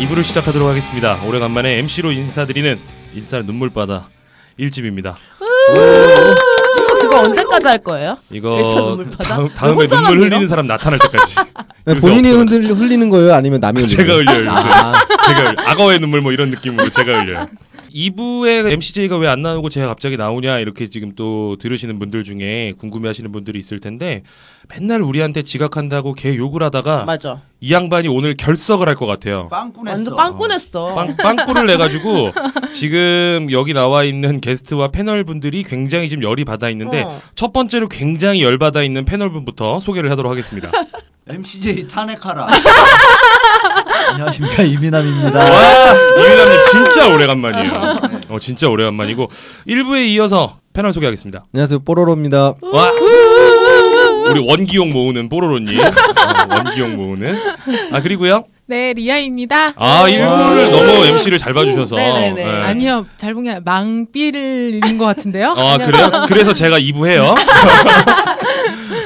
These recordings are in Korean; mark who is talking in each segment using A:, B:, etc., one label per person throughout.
A: 이부를 시작하도록 하겠습니다. 오래간만에 MC로 인사드리는 인사 눈물바다 1집입니다.
B: 그거 언제까지 할 거예요? 미스터
A: 이거 다음,
B: 눈물바다? 왜
A: 다음에
B: 혼자만
A: 눈물
B: 흘려?
A: 흘리는 사람 나타날 때까지
C: 네,
A: 요새
C: 본인이
A: 없어요.
C: 흔들, 흘리는 거예요? 아니면 남이 흘리는
A: 제가
C: 거예요?
A: 흘려요. 요새.
C: 아,
A: 제가 흘려. 악어의 눈물 뭐 이런 느낌으로 제가 흘려요. 2부에 MCJ가 왜 안 나오고 제가 갑자기 나오냐 이렇게 지금 또 들으시는 분들 중에 궁금해하시는 분들이 있을 텐데 맨날 우리한테 지각한다고 걔 욕을 하다가
B: 맞아.
A: 이 양반이 오늘 결석을 할 것 같아요.
B: 완전 빵꾸냈어.
A: 빵, 빵꾸를 내가지고 지금 여기 나와 있는 게스트와 패널 분들이 굉장히 지금 열이 받아 있는데
B: 어.
A: 첫 번째로 굉장히 열 받아 있는 패널 분부터 소개를 하도록 하겠습니다.
D: MCJ 탄핵하라. 안녕하십니까 이민남입니다.
A: 와 이민아님 진짜 오래간만이에요. 어 진짜 오래간만이고 1부에 이어서 패널 소개하겠습니다.
C: 안녕하세요 뽀로로입니다.
A: 와 우리 원기용 모으는 뽀로로님 어, 원기용 모으는 아 그리고요
E: 네, 리아입니다. 어,
A: 아 1부를
C: 와.
A: 너무 MC를 잘 봐주셔서
B: 네네네.
A: 예.
E: 아니요, 잘 보면 아니라 망삘인 것 같은데요.
A: 아 그래요? 그래서 제가 2부 해요.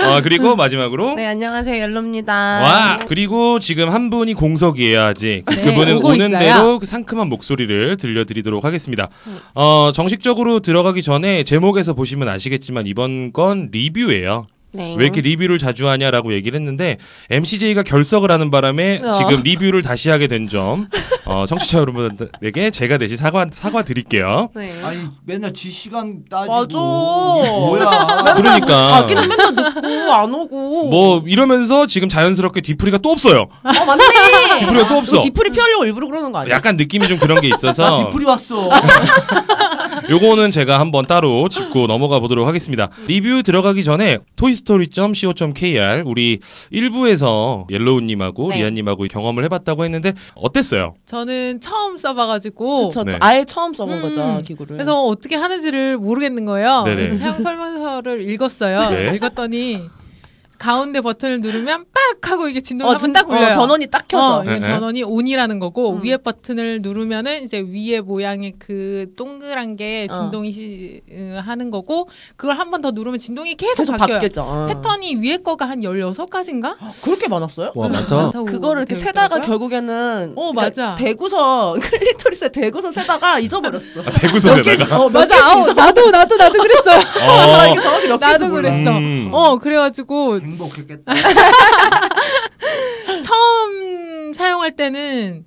A: 아 그리고 마지막으로
B: 네, 안녕하세요. 옐로입니다.
A: 와 그리고 지금 한 분이 공석이에요 아직 그-
E: 네,
A: 그분은
E: 오고
A: 오는
E: 있어요.
A: 대로 그 상큼한 목소리를 들려드리도록 하겠습니다. 어 정식적으로 들어가기 전에 제목에서 보시면 아시겠지만 이번 건 리뷰예요.
B: 네.
A: 왜 이렇게 리뷰를 자주 하냐라고 얘기를 했는데 MCJ가 결석을 하는 바람에
B: 어.
A: 지금 리뷰를 다시 하게 된 점 어, 청취자 여러분들에게 제가 대신 사과 사과 드릴게요.
B: 네.
D: 아니 맨날 지 시간 따지고.
B: 맞아.
D: 뭐야?
A: 그러니까
B: 자기는 맨날 늦고 안 오고.
A: 뭐 이러면서 지금 자연스럽게 뒤풀이가 또 없어요.
B: 어, 맞네.
A: 뒤풀이가 또 없어.
B: 이거 아, 뒤풀이 피하려고 일부러 그러는 거 아니야? 네. 아,
A: 약간 느낌이 좀 그런 게
D: 나
A: 있어서
D: 뒷풀이 왔어.
A: 요거는 제가 한번 따로 짚고 넘어가 보도록 하겠습니다. 리뷰 들어가기 전에 toystory.co.kr 우리 1부에서 옐로우님하고
B: 네.
A: 리안님하고 경험을 해봤다고 했는데 어땠어요?
E: 저는 처음 써봐가지고
B: 그쵸.
A: 네.
B: 아예 처음 써본
E: 음.
B: 거죠 기구를.
E: 그래서 어떻게 하는지를 모르겠는 거예요.
A: 네네.
E: 그래서 사용 설명서를 읽었어요.
A: 네.
E: 읽었더니 가운데 버튼을 누르면 빡 하고 이게 진동이
B: 어,
E: 한번 딱
B: 어,
E: 울려요.
B: 전원이 딱 켜져.
E: 어, 이건
A: 네.
E: 전원이 온이라는 거고
B: 음.
E: 위에 버튼을 누르면은 이제 위에 모양의 그 동그란 게
B: 어.
E: 진동이 시- 으, 하는 거고 그걸 한 번 더 누르면 진동이 계속,
B: 계속
E: 바뀌어요.
B: 바뀌죠. 어. 아,
E: 패턴이 위에 거가 한 16가지인가?
B: 그렇게 많았어요?
C: 와 많다.
B: 그거를 이렇게 세다가 결국에는 그러니까
E: 어, 맞아.
B: 대구서 클리토리스에 대구서 세다가 잊어버렸어.
A: 아, 대구선에다가
B: 어,
E: 맞아. 아우, 나도 나도 나도 그랬어요.
A: 어,
B: 아, 이게 정확히 몇
E: 나도
B: 개인지 몰라.
E: 그랬어.
A: 음.
E: 어 그래가지고
D: 행복했겠다.
E: 처음 사용할 때는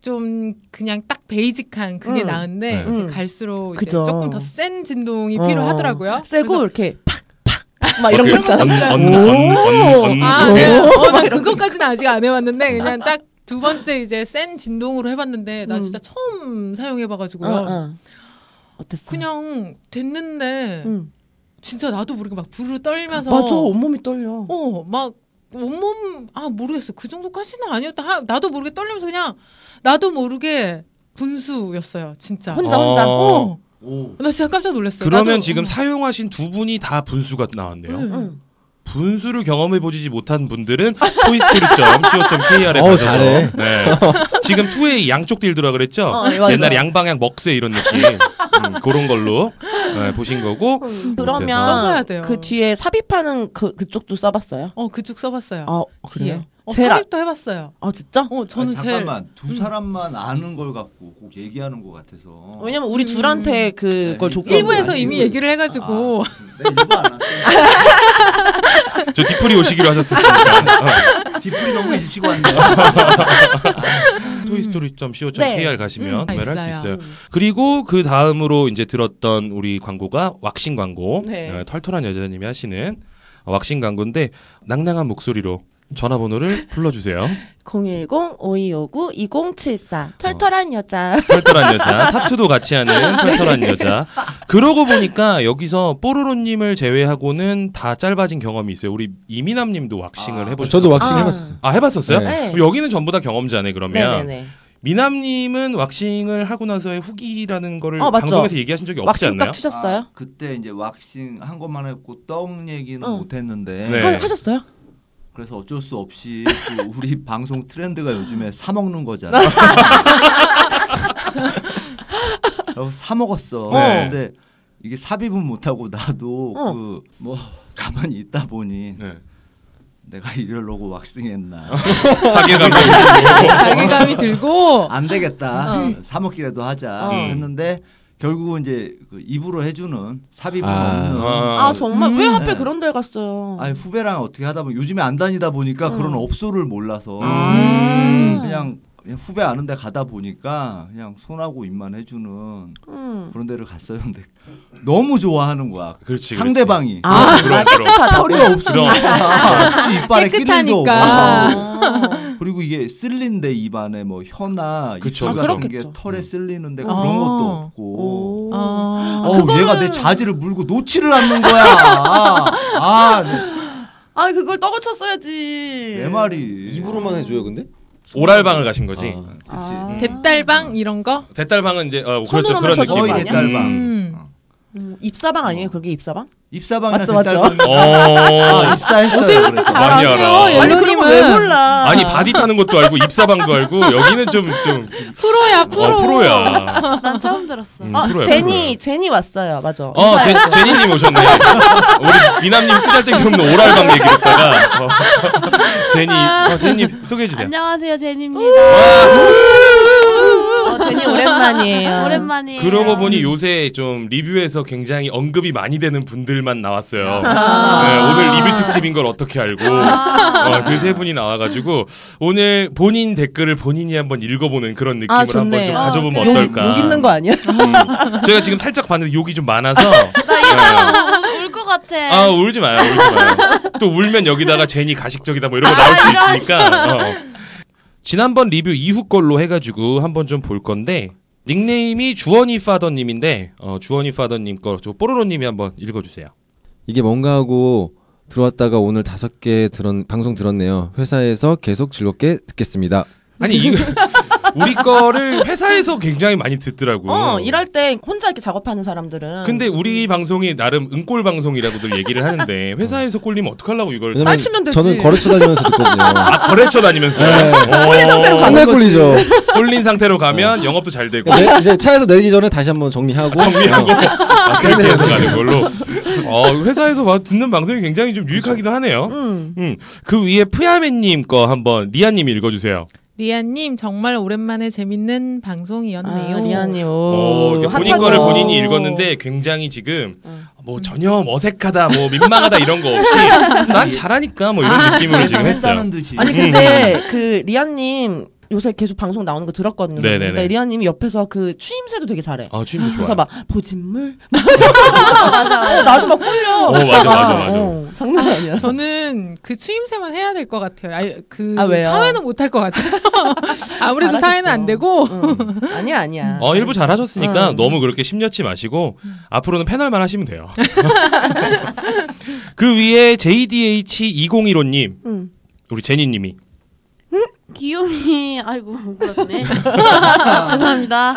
E: 좀 그냥 딱 베이직한 그게
B: 음.
E: 나은데
A: 네.
E: 이제
B: 음.
E: 갈수록 이제
B: 그죠.
E: 조금 더 센 진동이
B: 어.
E: 필요하더라고요.
B: 세고
E: 그래서-
B: 이렇게 팍팍 막 이런 거
A: 그
B: 있잖아.
A: 언- 언-
B: 오.
A: 언- 언- 언-
E: 아,
D: 음.
A: 언-
E: 네. 어, 나 그것까지는 아직 안 해봤는데 그냥 딱 두 번째 이제 센 진동으로 해봤는데 나
B: 음.
E: 진짜 처음 사용해봐가지고요.
B: 어, 어. 땠어
E: 음. 그냥 됐는데
B: 응.
E: 진짜 나도 모르게 막 부르르 떨면서
B: 음. 맞아 온몸이 떨려.
E: 어, 막 온몸 아 모르겠어. 그 정도까지는 아니었다. 하, 나도 모르게 떨리면서 그냥 나도 모르게 분수였어요. 진짜.
B: 혼자 혼자.
A: 어.
E: 어.
D: 오.
E: 나 진짜 깜짝 놀랐어요.
A: 그러면
E: 나도-
A: 지금
E: 음.
A: 사용하신 두 분이 다 분수가 나왔네요.
E: 음.
B: 응.
A: 분수를 경험해보지 못한 분들은 토이스토리.co.kr에
C: 어우,
A: 가셔서
C: 잘해.
A: 네. 지금 2의 양쪽 딜드라 그랬죠?
B: 어, 맞아.
A: 옛날에 양방향 먹쇠 이런 느낌 음, 그런 걸로 네, 보신 거고
B: 그러면
E: 써봐야 돼요.
B: 그 뒤에 삽입하는 그 그쪽도 써봤어요.
E: 어 그쪽 써봤어요.
B: 아
E: 뒤에.
B: 그래요?
E: 어,
B: 제일 아-
E: 삽입도 해봤어요.
B: 아 진짜?
E: 어
D: 아니,
E: 저는 제일
D: 잠깐만 두 사람만 아는 걸 갖고 꼭 얘기하는 것 같아서.
B: 왜냐면 우리
E: 음.
B: 둘한테 그걸
D: 네,
B: 줬고.
E: 일부에서
D: 아니,
E: 이미
D: 일부-
E: 얘기를 해가지고
D: 아, 내 일부 안 왔어.
A: 저 뒷풀이 오시기로 하셨습니다.
D: 뒷풀이 너무 일찍 왔네.
A: 토이스토리.co.kr
B: 네.
A: 가시면
E: 음, 다
A: 구매를 할 수
E: 있어요.
A: 있어요. 그리고 그 다음으로 이제 들었던 우리 광고가 왁싱 광고.
B: 네.
A: 어, 털털한 여자님이 하시는 왁싱 광고인데 낭낭한 목소리로 전화번호를 불러주세요.
E: 음.
B: 010-5259-2074. 털털한 여자.
A: 털털한 여자, 타투도 같이 하는 털털한 여자. 그러고 보니까 여기서 뽀로로님을 제외하고는 다 짧아진 경험이 있어요. 우리 이민남님도 왁싱을
F: 아,
A: 해보셨어요.
D: 저도 왁싱
B: 아.
D: 해봤어요.
A: 아 해봤었어요?
D: 네.
B: 네.
A: 여기는 전부 다 경험자네 그러면.
B: 네네네.
A: 미남님은 왁싱을 하고 나서의 후기라는 거를
B: 어, 맞죠.
A: 방송에서 얘기하신 적이 없지
B: 왁싱
A: 않나요?
B: 떡 치셨어요?
F: 아, 그때 이제 왁싱 한 것만 했고 떡 얘기는
B: 어.
F: 못 했는데
A: 네.
B: 어, 하셨어요?
F: 그래서 어쩔 수 없이 또 우리 방송 트렌드가 요즘에 사 먹는 거잖아. 그래서 사 먹었어.
A: 네.
F: 근데 이게 삽입은 못 하고 나도
B: 어.
F: 그 뭐 가만히 있다 보니
A: 네. 어.
F: 내가 이러려고 왁싱했나
A: 자괴감.
B: 아,
E: 자괴감이 들고
F: 어, 안 되겠다
B: 네, 어.
F: 사 먹기라도 하자
B: 어.
F: 했는데 결국은 이제 그 입으로 해주는 삽입은
D: 아.
F: 없는
A: 아.
B: 아, 정말?
E: 음.
B: 왜 하필
F: 네.
B: 그런 데 갔어요?
F: 아니 후배랑 어떻게 하다 보면 요즘에 안 다니다 보니까
B: 음.
F: 그런 업소를 몰라서
B: 음.
F: 그냥, 그냥 후배 아는 데 가다 보니까 그냥 손하고 입만 해주는
B: 음.
F: 그런 데를 갔어요 근데 너무 좋아하는 거야
A: 그렇지.
F: 상대방이
A: 아, 그럼 그럼.
F: 털이 없으니까 혹시 이빨에 끼는도
E: 깨끗하니까.
F: 없고
B: 아.
F: 그리고 이게 쓸린데 입안에 뭐 혀나
A: 그쵸,
F: 입술
A: 그쵸.
F: 같은 게
B: 그렇겠죠.
F: 털에 쓸리는데
E: 아.
F: 그런 것도 없고
B: 오.
E: 아,
F: 어우 얘가 내 자지를 물고 놓지를 않는 거야 아 내
B: 아, 그걸 떡을 쳤어야지.
D: 예.
F: 말이
D: 해줘요, 근데?
A: 오랄방을 가신 거지.
F: 아, 그치
B: 아.
E: 대딸방 이런 거?
A: 대딸방은 이제 어, 그렇죠
B: 손으로만
A: 그런
B: 쳐주는
A: 느낌.
B: 거
F: 거의
B: 아니야?
F: 대딸방
E: 음.
B: 음, 입사방 아니에요? 그게 입사방?
F: 입사방이나
B: 맞죠, 맞죠.
F: 대딸방
A: 어.
F: 아, 입사했어요 그래서
A: 잘 많이
E: 아세요,
A: 알아.
B: 아니, 그런
E: 옐로님은.
B: 걸왜 몰라?
A: 아니 바디 타는 것도 알고 입사방도 알고 여기는 좀좀
E: 프로야 프로.
A: 어, 프로야.
G: 난 처음 들었어.
A: 음,
B: 아,
A: 프로야,
B: 제니, 제니 왔어요. 맞아.
A: 어,
B: 인사해.
A: 제, 제니님 오셨네. 우리 미남님 쓰잘데기 없는 오랄방 얘기했다가 어, 제니, 어, 제니님 소개해주세요.
G: 안녕하세요, 제니입니다.
B: 어, 제니 오랜만이에요.
G: 오랜만이에요.
A: 아, 그러고 보니 요새 좀 리뷰에서 굉장히 언급이 많이 되는 분들만 나왔어요. 네, 오늘 리뷰 특집인 걸 어떻게 알고
G: 아,
A: 그 세 분이 나와가지고 오늘 본인 댓글을 본인이 한번 읽어보는 그런 느낌을
B: 아,
A: 한번
B: 좋네.
A: 좀
B: 아,
A: 가져보면
B: 욕,
A: 어떨까.
B: 욕 있는 거 아니야?
A: 음, 제가 지금 살짝 봤는데 욕이 좀 많아서 네.
G: 울것 같아.
A: 아 울지 마요 울지 마요 또 울면 여기다가 제니 가식적이다 뭐 이런 거 나올 수 있으니까 어. 지난번 리뷰 이후 걸로 해가지고 한번 좀 볼 건데 닉네임이 주원이 파더님인데 어, 주원이 파더님 거저 뽀로로님이 한번 읽어주세요
D: 이게 뭔가 하고 들어왔다가 오늘 다섯 개 들은 방송 들었네요. 회사에서 계속 즐겁게 듣겠습니다.
A: 아니 이거 우리 거를 회사에서 굉장히 많이 듣더라고
B: 어, 일할 때 혼자 이렇게 작업하는 사람들은.
A: 근데 우리 방송이 나름 은꼴 방송이라고들 얘기를 하는데 회사에서 꼴리면 어떡하려고 이걸
D: 왜냐면
B: 빨치면 되지.
D: 저는 거래처 다니면서 듣거든요.
A: 아, 거래처 다니면서
D: 네.
A: 어,
D: 맨날 꿀리죠.
A: 꼴린 상태로 가면 영업도 잘 되고
D: 네, 이제 차에서 내리기 전에 다시 한번 정리하고 어.
A: 정리하고 아, 그렇게 해서 가는 걸로. 어, 회사에서 막 듣는 방송이 굉장히 좀 유익하기도 하네요.
B: 음.
A: 음, 그 위에 푸야맨님 거 한번 리아님 읽어주세요.
E: 리아님 정말 오랜만에 재밌는 방송이었네요.
B: 아, 리안이
A: 어,
B: 오.
A: 이렇게 본인
B: 핫하죠.
A: 거를 본인이 읽었는데 굉장히 지금
B: 음.
A: 뭐 전혀 어색하다, 뭐 민망하다 이런 거 없이 난 잘하니까 뭐 이런 느낌으로 지금 했어요.
F: 했다는 듯이
B: 아니 근데 그 리안님 요새 계속 방송 나오는 거 들었거든요.
A: 네네네.
B: 근데 리안님이 옆에서 그 추임새도 되게 잘해.
A: 아, 취임도
B: 그래서
A: 좋아요.
B: 막 보진물.
G: 맞아.
B: 어, 나도 막 끌려.
A: 어, 맞아, 맞아, 맞아.
B: 어, 장난 아니야.
E: 저는 그 추임새만 해야 될 것 같아요. 아, 그
B: 아, 왜요?
E: 사회는 못 할 것 같아요. 아무래도
B: 잘하셨어.
E: 사회는 안 되고
B: 응. 아니야 아니야.
A: 어, 일부 잘하셨으니까
B: 음.
A: 너무 그렇게 심려치 마시고 앞으로는 패널만 하시면 돼요. 그 위에 JDH2015님,
B: 응.
A: 우리 제니님이
G: 귀요미 아이고 울었네. 아, 죄송합니다.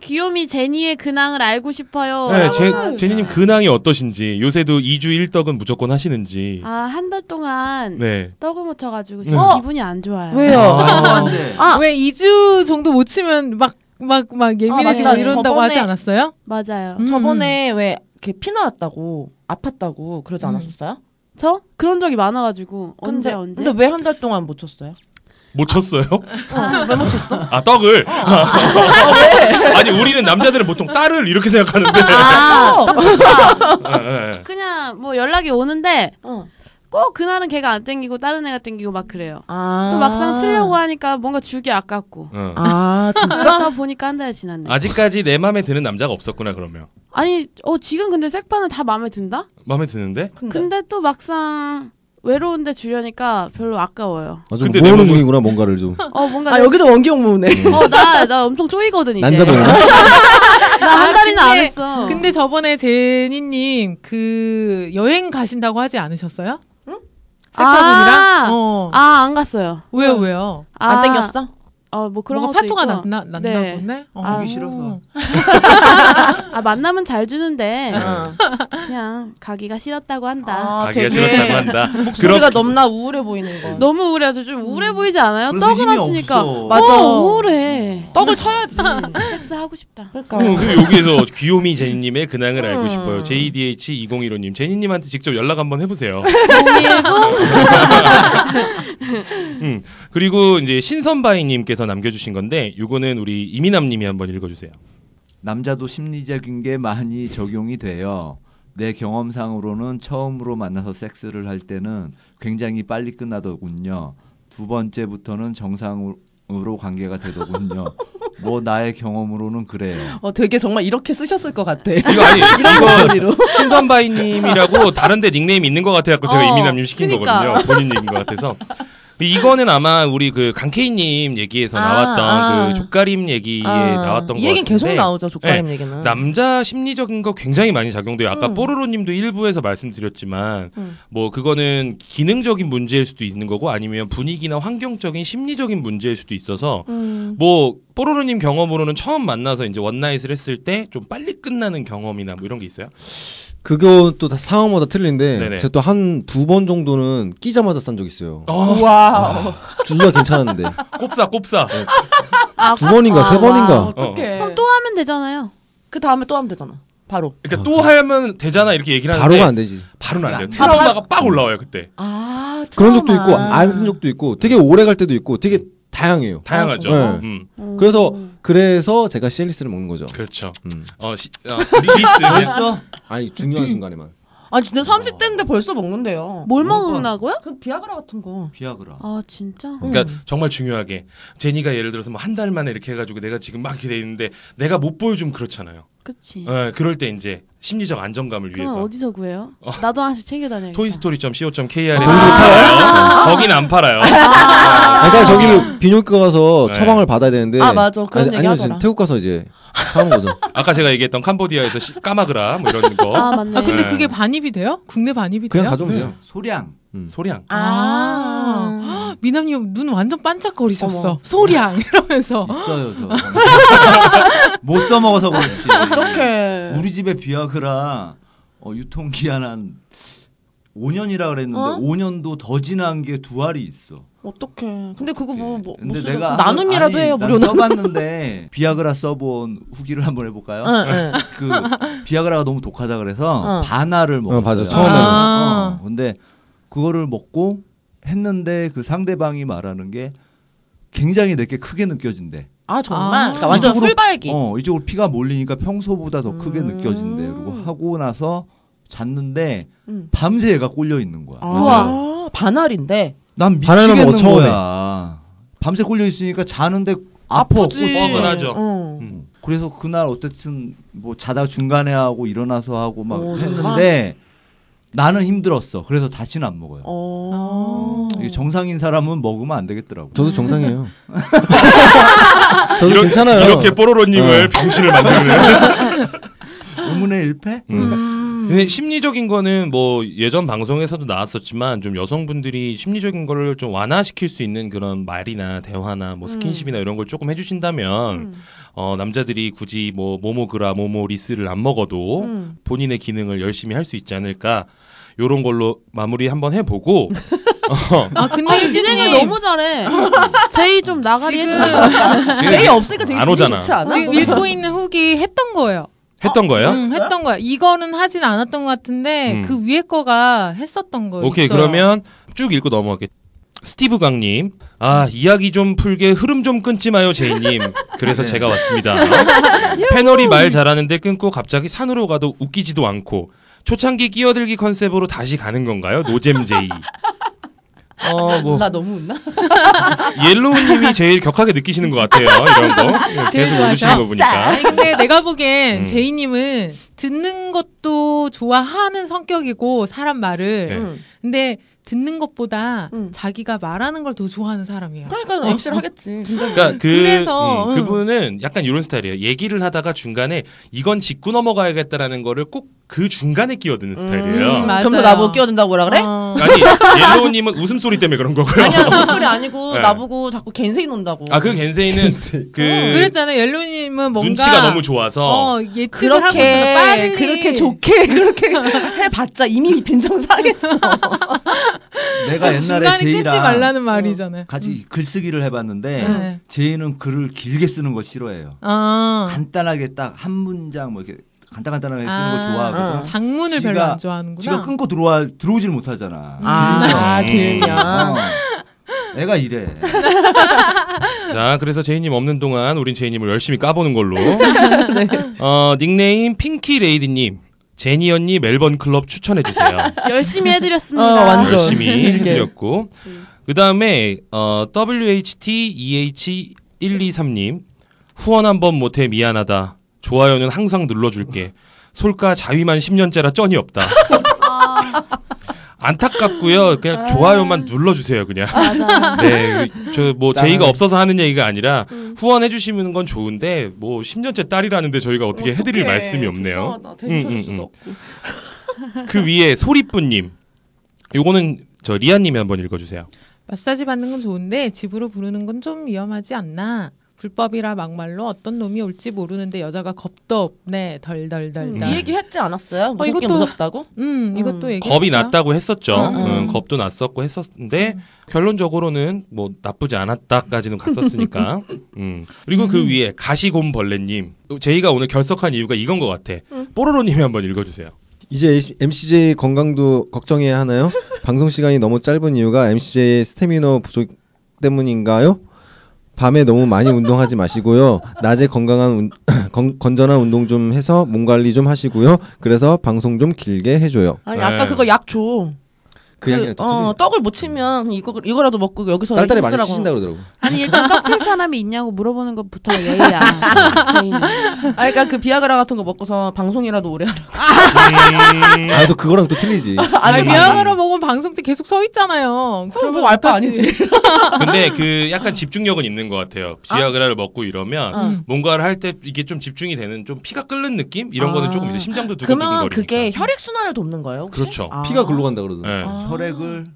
G: 귀요미 제니의 근황을 알고 싶어요.
B: 아.
A: 네, 제, 제니님 근황이 어떠신지 요새도 2주 1떡은 무조건 하시는지
G: 아 한 달 동안
A: 네
G: 떡을 못 쳐가지고
A: 네.
G: 지금
A: 어?
G: 기분이 안 좋아요.
B: 왜요?
F: 근데
B: 아.
E: 왜 2주 정도 못 치면 막 막 막 예민해지고
G: 맞다.
E: 이런다고
B: 저번에-
E: 하지 않았어요?
G: 맞아요.
E: 음.
B: 저번에 왜 이렇게 피 나왔다고 아팠다고 그러지
E: 음.
B: 않았었어요?
G: 저 그런 적이 많아가지고 언제
B: 근데,
G: 언제?
B: 근데 뭐 왜 한 달 동안 못 쳤어요?
A: 못 쳤어요?
B: 아, 왜못 쳤어?
A: 아 떡을
B: 아,
A: 아니 우리는 남자들은 보통 딸을 이렇게 생각하는데
B: 어.
G: 아
A: 예, 예.
G: 그냥 뭐 연락이 오는데
B: 어.
G: 꼭 그날은 걔가 안 땡기고 다른 애가 땡기고 막 그래요.
B: 아.
G: 또 막상 치려고 하니까 뭔가 주기 아깝고
A: 어.
B: 아 진짜?
G: 그러다 보니까 한 달이 지났네.
A: 아직까지 내 마음에 드는 남자가 없었구나 그러면
G: 아니 어 지금 근데 색반은 다 마음에 든다?
B: 네.
A: 마음에 드는데
G: 근데 또 막상 외로운데 주려니까 별로 아까워요.
D: 아, 좀
A: 근데 뭐- 내
D: 모으는
A: 몸은-
D: 중이구나 뭔가를 좀.
G: 어 뭔가
B: 아 여기도 원기옥 모으네.
G: 어나나 엄청 쪼이거든 이제.
D: 난잡해요.
G: 나한
E: 아,
G: 달이나 안
E: 근데-
G: 했어.
E: 근데 저번에 제니님 그 여행 가신다고 하지 않으셨어요? 셀카분이랑?
G: 아,
E: 어.
G: 아 안 갔어요.
E: 왜요, 왜요?
G: 아,
B: 안 땡겼어?
G: 어뭐 그런
E: 뭔가
G: 것도
E: 파토가
G: 있고.
E: 났나, 났나
G: 네.
E: 보네? 어.
G: 아,
F: 보기 싫어서.
G: 아 만나면 잘 주는데
A: 음.
B: 어.
G: 그냥 가기가 싫었다고 한다.
B: 아,
A: 가기가
B: 되게
A: 싫었다고 한다.
B: 목소리가 넘나 우울해 보이는 거.
G: 너무 우울해서 좀 우울해 보이지 않아요?
F: 그래서
G: 떡을
F: 힘이
G: 하시니까
F: 없어.
B: 맞아.
G: 어, 우울해.
B: 떡을 쳐야지.
G: 섹스 하고 싶다.
B: 그러니까.
A: 어, 그리고 여기에서 귀요미 제니님의 근황을 알고
B: 음.
A: 싶어요. JDH2015님 제니님한테 직접 연락 한번 해보세요.
G: 뭐
A: 음, 그리고 이제 신선바이님께서 남겨주신 건데 이거는 우리 이민남님이 한번 읽어주세요.
F: 남자도 심리적인 게 많이 적용이 돼요. 내 경험상으로는 처음으로 만나서 섹스를 할 때는 굉장히 빨리 끝나더군요. 두 번째부터는 정상으로 관계가 되더군요. 뭐 나의 경험으로는 그래요.
B: 어, 되게 정말 이렇게 쓰셨을 것 같아.
A: 이거 아니 이거
B: 소리로.
A: 신선바이님이라고 다른데 닉네임 있는 것 같아갖고 제가
G: 어,
A: 이민남님 시킨
G: 그러니까.
A: 거거든요. 본인 얘기인 것 같아서. 이거는 아마 우리 그 강케이님 얘기에서
B: 아,
A: 나왔던
B: 아.
A: 그 족가림 얘기에 나왔던
B: 이
A: 것 같은데 예, 네.
B: 얘기는 계속 나오죠, 족가림 얘기는.
A: 남자 심리적인 거 굉장히 많이 작용돼요. 아까
B: 음.
A: 뽀로로님도 일부에서 말씀드렸지만
B: 음.
A: 뭐 그거는 기능적인 문제일 수도 있는 거고 아니면 분위기나 환경적인 심리적인 문제일 수도 있어서
B: 음.
A: 뭐 뽀로로님 경험으로는 처음 만나서 이제 원나잇을 했을 때 좀 빨리 끝나는 경험이나 뭐 이런 게 있어요?
D: 그거 또 다 상황마다 틀린데
A: 네네.
D: 제가 또 한 두 번 정도는 끼자마자 싼 적 있어요.
A: 어,
B: 와우.
D: 주가 괜찮았는데
A: 곱사 곱사.
G: 아,
D: 두 번인가 세 번인가.
B: 어떡해.
G: 그럼 또 하면 되잖아요.
B: 그 다음에 또 하면 되잖아. 바로.
A: 그러니까 또 하면 되잖아 이렇게 얘기를 하는데
D: 바로가 안 되지.
A: 바로는 안 돼요.
F: 아,
A: 트라우마가 빡 올라와요 그때.
B: 아,
D: 그런 적도 있고 안 쓴 적도 있고 되게 오래 갈 때도 있고 되게 다양해요.
A: 다양하죠.
D: 아, 정말?
A: 음,
G: 음.
D: 그래서 그래서 제가 시엘리스를 먹는 거죠.
A: 그렇죠.
D: 음.
A: 어, 시, 어 리스
F: 벌써
D: 아니 중요한 순간에만.
B: 아, 진짜 30대인데 벌써 먹는데요.
G: 뭘
F: 뭔가-
G: 먹는다고요?
B: 그 비아그라 같은 거.
F: 비아그라.
G: 아 진짜?
A: 그러니까 정말 중요하게 제니가 예를 들어서 뭐 한 달 만에 이렇게 해가지고 내가 지금 막 이렇게 돼 있는데 내가 못 보여주면 그렇잖아요.
G: 그치.
A: 예, 그럴 때 이제 심리적 안정감을
G: 음. 그럼
A: 위해서
G: 어디서 구해요? 나도 하나씩 챙겨다녀야겠다. 아.
A: 토이스토리.co.kr에
D: 거기서
A: 팔아요. 거긴 안 팔아요.
D: 아, 그러니까 저기 비뇨기과 가서
A: 네.
D: 처방을 받아야 되는데.
B: 아, 맞아. 그런 얘기
D: 아니면
B: 하더라.
D: 지금 태국 가서 이제 사는 거죠.
A: 아까 제가 얘기했던 캄보디아에서 시- 까마그라 뭐 이런 거
G: 아 맞네.
E: 아, 근데
A: 네.
E: 그게 반입이 돼요? 국내 반입이
D: 그냥
E: 돼요?
D: 가져오면
F: 네.
D: 돼요.
F: 소량.
A: 소량.
E: 아. 미남님 눈 완전 반짝거리셨어.
B: 어머.
E: 소량 이러면서.
F: 있어요, 저. 못 써먹어서 그렇지.
B: 어떡해.
F: 우리 집에 비아그라 어, 유통기한 한 5년이라 그랬는데
B: 어?
F: 5년도 더 지난 게 두 알이 있어.
B: 어떡해. 근데 그거 뭐, 뭐, 뭐
F: 근데
B: 쓰죠?
F: 내가 한-
B: 나눔이라도
F: 아니,
B: 해요,
F: 난
B: 무료 나눔.
F: 써봤는데 비아그라 써본 후기를 한번 해볼까요?
B: 응, 응.
F: 그 비아그라가 너무 독하다 그래서
B: 어.
F: 바나를 먹었어요.
D: 맞아.
E: 처음에는. 아.
F: 어, 근데 그거를 먹고 했는데 그 상대방이 말하는 게 굉장히 내게 크게 느껴진대.
B: 아, 정말.
E: 아.
B: 그러니까 완전
F: 이쪽으로-
B: 풀발기.
F: 어 이쪽으로 피가 몰리니까 평소보다 더 크게
B: 음.
F: 느껴진대. 그리고 하고 나서 잤는데
B: 음.
F: 밤새 얘가 꼴려 있는 거야.
B: 아, 반알인데.
F: 난
D: 바나나 먹어,
F: 미치겠는
D: 처음에.
F: 거야. 밤새 꼴려 있으니까 자는데 아파.
G: 아프지.
F: 꼴-
A: 뻔뻔하죠.
B: 어.
A: 음.
F: 그래서 그날 어쨌든 뭐 자다가 중간에 하고 일어나서 하고 막
B: 오,
F: 했는데 나는 힘들었어. 그래서 다시는 안 먹어요.
B: 어.
F: 아. 이게 정상인 사람은 먹으면 안 되겠더라고.
D: 저도 정상이에요. 저도
A: 이렇게-
D: 괜찮아요.
A: 이렇게 뽀로로님을
D: 어.
A: 병신을 만드는.
F: 의문의 일패?
A: 근데 심리적인 거는 뭐 예전 방송에서도 나왔었지만 좀 여성분들이 심리적인 거를 좀 완화시킬 수 있는 그런 말이나 대화나 뭐 스킨십이나 이런 걸 조금 해주신다면 어, 남자들이 굳이 뭐 모모그라 모모리스를 안 먹어도
B: 음.
A: 본인의 기능을 열심히 할 수 있지 않을까 요런 걸로 마무리 한번 해보고 어,
E: 아 근데
G: 아니 진행을
E: 선생님,
G: 너무 잘해. 제이 좀 나가리
E: 지금
G: 해줘.
B: 아, 제이 없으니까 되게
A: 안
B: 분위기
A: 오잖아.
B: 좋지 않아?
E: 지금 읽고 있는 후기 했던 거예요.
A: 했던 거예요?
E: 음, 했던 거야. 이거는 하진 않았던 것 같은데
A: 네? 음.
E: 그 위에 거가 했었던 거예요.
A: 오케이 그러면 쭉 읽고 넘어갈게. 스티브 강님, 아 이야기 좀 풀게 흐름 좀 끊지 마요 제이님. 그래서
F: 네.
A: 제가 왔습니다.
E: 예, 뭐.
A: 패널이 말 잘하는데 끊고 갑자기 산으로 가도 웃기지도 않고 초창기 끼어들기 컨셉으로 다시 가는 건가요? 노잼 제이. 어뭐
B: 나 너무 웃나?
A: 옐로우님이 제일 격하게 느끼시는 것 같아요. 이런 거
E: 제일
A: 계속 올리시는 거
E: 좋아하죠.
A: 보니까.
E: 아니 근데 내가 보기엔
A: 음.
E: 제이님은 듣는 것도 좋아하는 성격이고 사람 말을
A: 네.
B: 응.
E: 근데 듣는 것보다
B: 음.
E: 자기가 말하는 걸 더 좋아하는 사람이에요.
B: 그러니까 MC를 하겠지.
A: 그러니까 그
E: 음, 그래서, 응.
A: 그분은 약간 이런 스타일이에요. 얘기를 하다가 중간에 이건 짚고 넘어가야겠다라는 거를 꼭 그 중간에 끼어드는 스타일이에요.
E: 음, 맞아요.
B: 전부 나보고 끼어든다고 뭐라 그래?
E: 어.
A: 아니 옐로우님은 웃음소리 때문에 그런 거고요.
B: 아니야, 그런 소리 아니고
A: 네.
B: 나보고 자꾸 갠생이 논다고.
A: 아그 겐세이는 그
E: 어, 그랬잖아요. 옐로님은 뭔가
A: 눈치가 너무 좋아서
E: 어, 예측을 하고 있어서
B: 그렇게
E: 빨리
B: 그렇게 좋게 그렇게 해봤자 이미 빈정상했어.
F: 내가 옛날에
E: 어, 중간에 끊지
F: 제이랑
E: 말라는 말이잖아요.
F: 같이 글쓰기를 해봤는데
E: 네.
F: 제이는 글을 길게 쓰는 거 싫어해요.
E: 아,
F: 간단하게 딱 한 문장 뭐 이렇게 간단간단하게 쓰는
E: 아,
F: 거 좋아하거든.
E: 장문을
F: 지가-
E: 별로 안 좋아하는구나.
F: 지가 끊고 들어와 들어오질 못하잖아.
B: 아,
A: 길면.
B: 길면.
F: 어. 애가 이래.
A: 자 그래서 제이님 없는 동안 우린 제이님을 열심히 까보는 걸로
E: 네.
A: 어 닉네임 핑키 레이디님 제니 언니 멜번 클럽 추천해 주세요.
G: 열심히 해드렸습니다.
B: 어,
A: 아,
B: 완전.
A: 열심히
B: 길게.
A: 해드렸고 그 다음에 어, WHTEH123님 E 후원 한 번 못해 미안하다 좋아요는 항상 눌러줄게 솔까 자위만 10년째라 쩐이 없다
G: 아,
A: 안타깝고요 그냥 좋아요만 눌러주세요 그냥
G: 맞아.
A: 네 저 뭐
D: 짠.
A: 제의가 없어서 하는 얘기가 아니라 후원해 주시는 건 좋은데 뭐 10년째 딸이라는데 저희가 어떻게 해드릴 말씀이 없네요
B: 불쌍하다. 대신
A: 음,
B: 쳐줄
A: 음, 음.
B: 수도 없고.
A: 그 위에 소리뿌님 요거는 저 리아님이 한번 읽어주세요
E: 마사지 받는 건 좋은데 집으로 부르는 건 좀 위험하지 않나? 불법이라 막말로 어떤 놈이 올지 모르는데 여자가 겁도 없네.
A: 음.
E: 덜덜덜덜.
B: 이 얘기 했지 않았어요? 무섭게
E: 이것도-
B: 무섭다고?
E: 음, 이것도 얘기.
A: 겁이 났다고 했었죠.
E: 어, 어.
A: 음, 겁도 났었고 했었는데 결론적으로는 뭐 나쁘지 않았다까지는 갔었으니까. 음. 그리고 그 위에 가시곰벌레님 제이가 오늘 결석한 이유가 이건 것 같아. 뽀로로님이 한번 읽어주세요.
D: 이제 MCJ 건강도 걱정해야 하나요? 방송 시간이 너무 짧은 이유가 MCJ의 스태미너 부족 때문인가요? 밤에 너무 많이 운동하지 마시고요. 낮에 건강한 운- 건, 건전한 운동 좀 해서 몸 관리 좀 하시고요. 그래서 방송 좀 길게 해줘요.
B: 아니
A: 네.
B: 아까 그거 약 줘.
D: 그
B: 그,
D: 양이랑
B: 어, 떡을 못 치면 이거 이거라도 먹고 여기서
D: 딸딸이 많이
B: 힘쓰라고.
D: 치신다 그러더라고.
G: 아니 일단 떡칠 사람이 있냐고 물어보는 것부터 예의야. 제인은.
B: 아, 그러니까 그 비아그라 같은 거 먹고서 방송이라도 오래 하라.
A: 음,
D: 아, 또 그거랑 또 틀리지.
E: 아니 미안하러 먹으면 방송 때 계속 서 있잖아요.
B: 그럼
E: 뭐
B: 뭐 알바 아니지.
A: 근데 그 약간 집중력은 있는 것 같아요. 비아그라를 먹고 이러면
E: 음.
A: 뭔가를 할 때 이게 좀 집중이 되는 좀 피가 끓는 느낌 이런 거는
B: 아.
A: 조금 이제 심장도 두근두근거리니까.
B: 그러면 그게 혈액 순환을 돕는 거예요? 혹시?
A: 그렇죠.
B: 아.
D: 피가 글로 간다 그러더라고.
A: 네,
B: 아.
F: 혈액을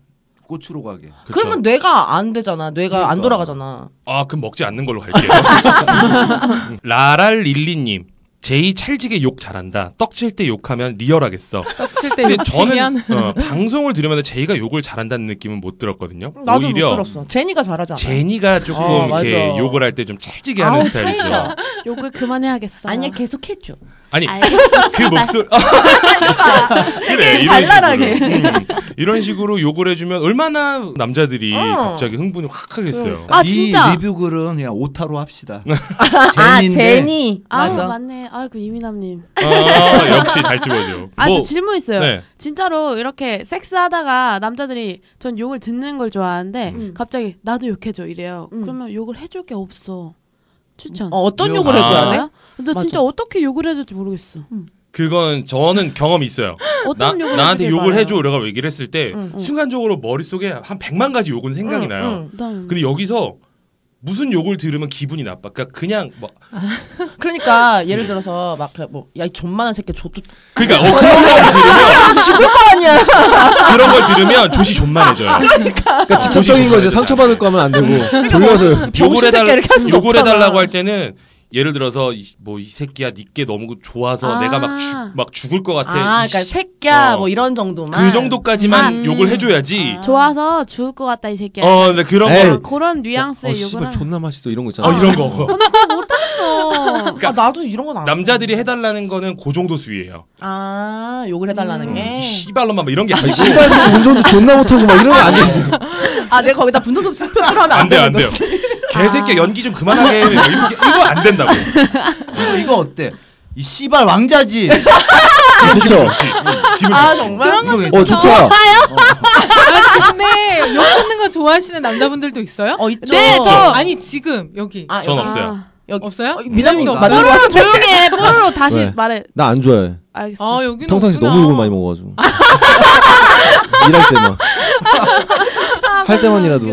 F: 꽃으로 가게.
A: 그쵸.
B: 그러면 뇌가 안 되잖아. 뇌가 안
F: 그러니까.
B: 돌아가잖아.
A: 아, 그럼 먹지 않는 걸로 갈게요. 라랄 릴리님. 제이 찰지게 욕 잘한다. 떡칠 때 욕하면 리얼하겠어.
B: 네,
E: 떡칠 때
A: 근데
E: 욕치면
A: 저는 어, 방송을 들으면 제이가 욕을 잘한다는 느낌은 못 들었거든요.
B: 나도
A: 오히려
B: 못 들었어. 제니가 잘하잖아.
A: 제니가 조금
B: 아, 맞아.
A: 이렇게 욕을 할 때 좀 찰지게 하는
B: 아우
A: 스타일이죠.
B: 차이죠.
G: 욕을 그만해야겠어.
B: 아니야 계속 해줘.
A: 아니
G: 알겠어.
A: 그 목소리 아, 그래 이런
B: 발랄하게.
A: 식으로 음, 이런 식으로 욕을 해주면 얼마나 남자들이
B: 어.
A: 갑자기 흥분이 확 하겠어요.
H: 그러니까
G: 아,
F: 이
G: 진짜?
F: 리뷰 글은 그냥 오타로 합시다.
B: 아
F: 제니인데
B: 제니.
G: 아
B: 맞아.
G: 맞네. 아이고 이민남님.
B: 그러니까.
A: 아, 역시 잘 집어줘.
G: 아 저
A: 뭐,
G: 질문 있어요.
A: 네.
G: 진짜로 이렇게 섹스하다가 남자들이 전 욕을 듣는 걸 좋아하는데
B: 음.
G: 갑자기 나도 욕해줘 이래요.
B: 음.
G: 그러면 욕을 해줄 게 없어. 추천.
B: 어, 어떤
F: 아.
B: 욕을 해줘야 돼?
G: 알아요? 근데
B: 맞아. 음.
G: 진짜 어떻게 욕을 해야 될지 모르겠어.
A: 그건 저는 경험이 있어요. 나,
G: 어떤 욕을
A: 나한테
G: 해야
A: 욕을
G: 될지
A: 해줘 이러고 얘기를 했을 때
B: 응,
G: 응.
A: 순간적으로 머릿속에 한 100만 가지 욕은 생각이
B: 응,
A: 나요.
B: 응.
G: 알아요. 난-
A: 근데 여기서 무슨 욕을 들으면 기분이 나빠. 그러니까 그냥 뭐
B: 그러니까 예를 들어서 막뭐야이 존만한 새끼 좆도
A: 그러니까
B: 뭐,
A: 어, 그런 걸 들으면
B: 아니야.
A: 그런 걸 들으면 조시 존만해져요.
D: 그러니까 직접적인 거지. 상처받을 거 하면 안 되고. 돌려서.
B: 병신 새끼 이렇게 할 수는
A: 욕을
B: 없잖아.
A: 해달라고 할 때는 예를 들어서 뭐 이 새끼야 니께 너무 좋아서
G: 아.
A: 내가 막, 죽- 막 죽을 것 같아. 네.
B: 아,
A: 이
B: 그러니까
A: 씨-
B: 새끼야
A: 어.
B: 뭐 이런 정도만.
A: 그 정도까지만
E: 음.
A: 욕을 해줘야지.
G: 좋아서 죽을 것 같다 이 새끼야.
A: 어, 근데 그런
D: 에이.
A: 거.
G: 아, 그런 뉘앙스의
D: 어,
G: 욕을
D: 씨발
G: 하면
D: 존나 맛있어 이런 거 있잖아.
A: 어, 이런 거.
G: 못하겠어.
A: 그러니까
B: 아, 나도 이런 건 안.
A: 남자들이 해달라는 거는 그 정도 수위예요.
B: 아 욕을 해달라는
A: 음. 이
B: 게.
A: 씨발로만 막 이런 게
D: 아니,
A: 아니고.
D: 씨발 새끼 운전도 존나 못하고 막 이런 거 안 되지.
B: 아 내가 거기다 분노섭 표출하면 안,
A: 안 돼요,
B: 되는
A: 안 돼요.
B: 거지.
A: 개새끼 연기 좀 그만하게 해. 막 이렇게 이거 안 된다고.
F: 어, 이거 어때? 이 씨발 왕자지.
D: 그렇죠.
B: 아 정말.
D: 어, 좋다.
E: 아, 근데 욕 듣는 거 좋아하시는 남자분들도 있어요?
B: 어 있죠.
E: 네, 저 아니 지금 여기
B: 아,
A: 전
B: 여기.
A: 없어요.
B: 여기.
E: 없어요?
B: 어, 미남이도
F: 나-
B: 맞는 거
G: 뽀로로 조용해. 뽀로로 다시
A: 네.
D: 왜?
G: 말해.
D: 나 안 좋아해.
G: 알겠어.
E: 아 여기는
D: 평상시
E: 없구나.
D: 너무 욕을 많이 먹어가지고. 일할 때 막. 할 때만이라도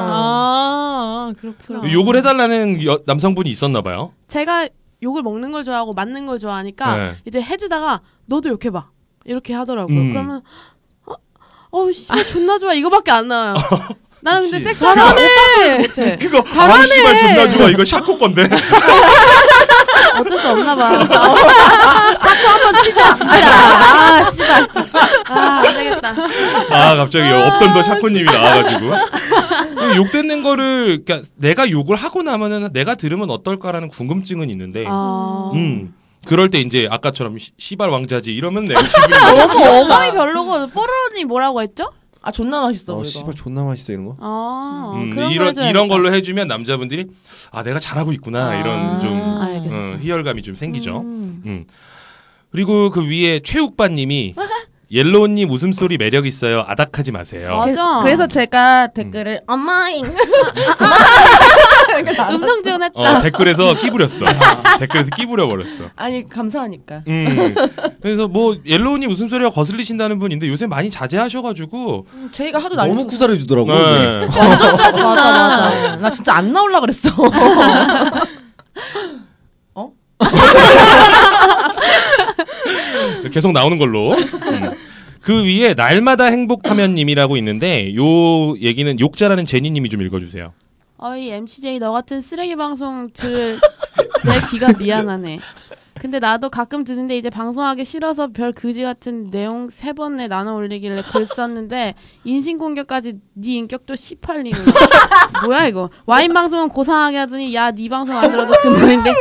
E: 아, 그렇구나.
A: 욕을 해달라는 여- 남성분이 있었나 봐요.
G: 제가 욕을 먹는 걸 좋아하고 맞는 걸 좋아하니까
A: 네.
G: 이제 해주다가 너도 욕해봐 이렇게 하더라고요.
A: 음.
G: 그러면 어, 어우 씨, 존나 좋아 이거밖에 안 나와요. 나는 근데
A: 어,
F: 그치.
G: 섹스하면 오빠 소리 못해.
A: 그거 아우 씨발 존나 좋아 이거 샤코 건데.
G: 어쩔 수 없나 봐. 어. 자꾸 한번 치자 진짜. 아 씨발. 아안 되겠다.
A: 아 갑자기 없던 더 샤코님이 나와가지고 욕 듣는 거를 그러니까 내가 욕을 하고 나면은 내가 들으면 어떨까라는 궁금증은 있는데
G: 아.
A: 음 그럴 때 이제 아까처럼 시- 시발 왕자지 이러면 내가 기분이
G: 너무 아, 어감이 별로고 뽀로로니 뭐라고 했죠?
B: 아 존나 맛있어
D: 어
B: 보이고.
D: 씨발 존나 맛있어 이런 거
G: 아
A: 음,
G: 그런 거
A: 이런
G: 해줘야겠다.
A: 이런 걸로 해주면 남자분들이 아 내가 잘하고 있구나 이런 좀
G: 알겠어.
A: 어, 희열감이 좀 생기죠. 음. 그리고 그 위에 최욱반님이 옐로우님 웃음소리 매력 있어요. 아닥하지 마세요.
G: 아, 맞아.
B: 그래서 제가
A: 음.
B: 댓글을 엄마잉. 이렇게 달았어요.
G: 음성 지원했다.
A: 어, 댓글에서 끼부렸어. 댓글에서 끼부려 버렸어.
B: 아니 감사하니까.
A: 음. 그래서 뭐 옐로우님 웃음소리가 거슬리신다는 분인데 요새 많이 자제하셔가지고
B: 음, 제이가 하도 난리
D: 너무
B: 쳤어.
D: 구사해 주더라고
A: 네.
B: 완전 짜증나.
G: 맞아, 맞아.
B: 나 진짜 안 나올라 그랬어.
G: 뭐,
A: 계속 나오는 걸로. 음. 그 위에 날마다 행복하면님이라고 있는데 요 얘기는 욕자라는 제니님이 좀 읽어주세요.
G: 어이 MCJ 너 같은 쓰레기 방송 들을 내 귀가 미안하네. 근데 나도 가끔 듣는데 이제 방송하기 싫어서 별 그지 같은 내용 세 번에 나눠 올리길래 글 썼는데 인신 공격까지 네 인격도 18리는 뭐야 이거 와인 방송은 고상하게 하더니 야 네 방송 안 들어도 그만인데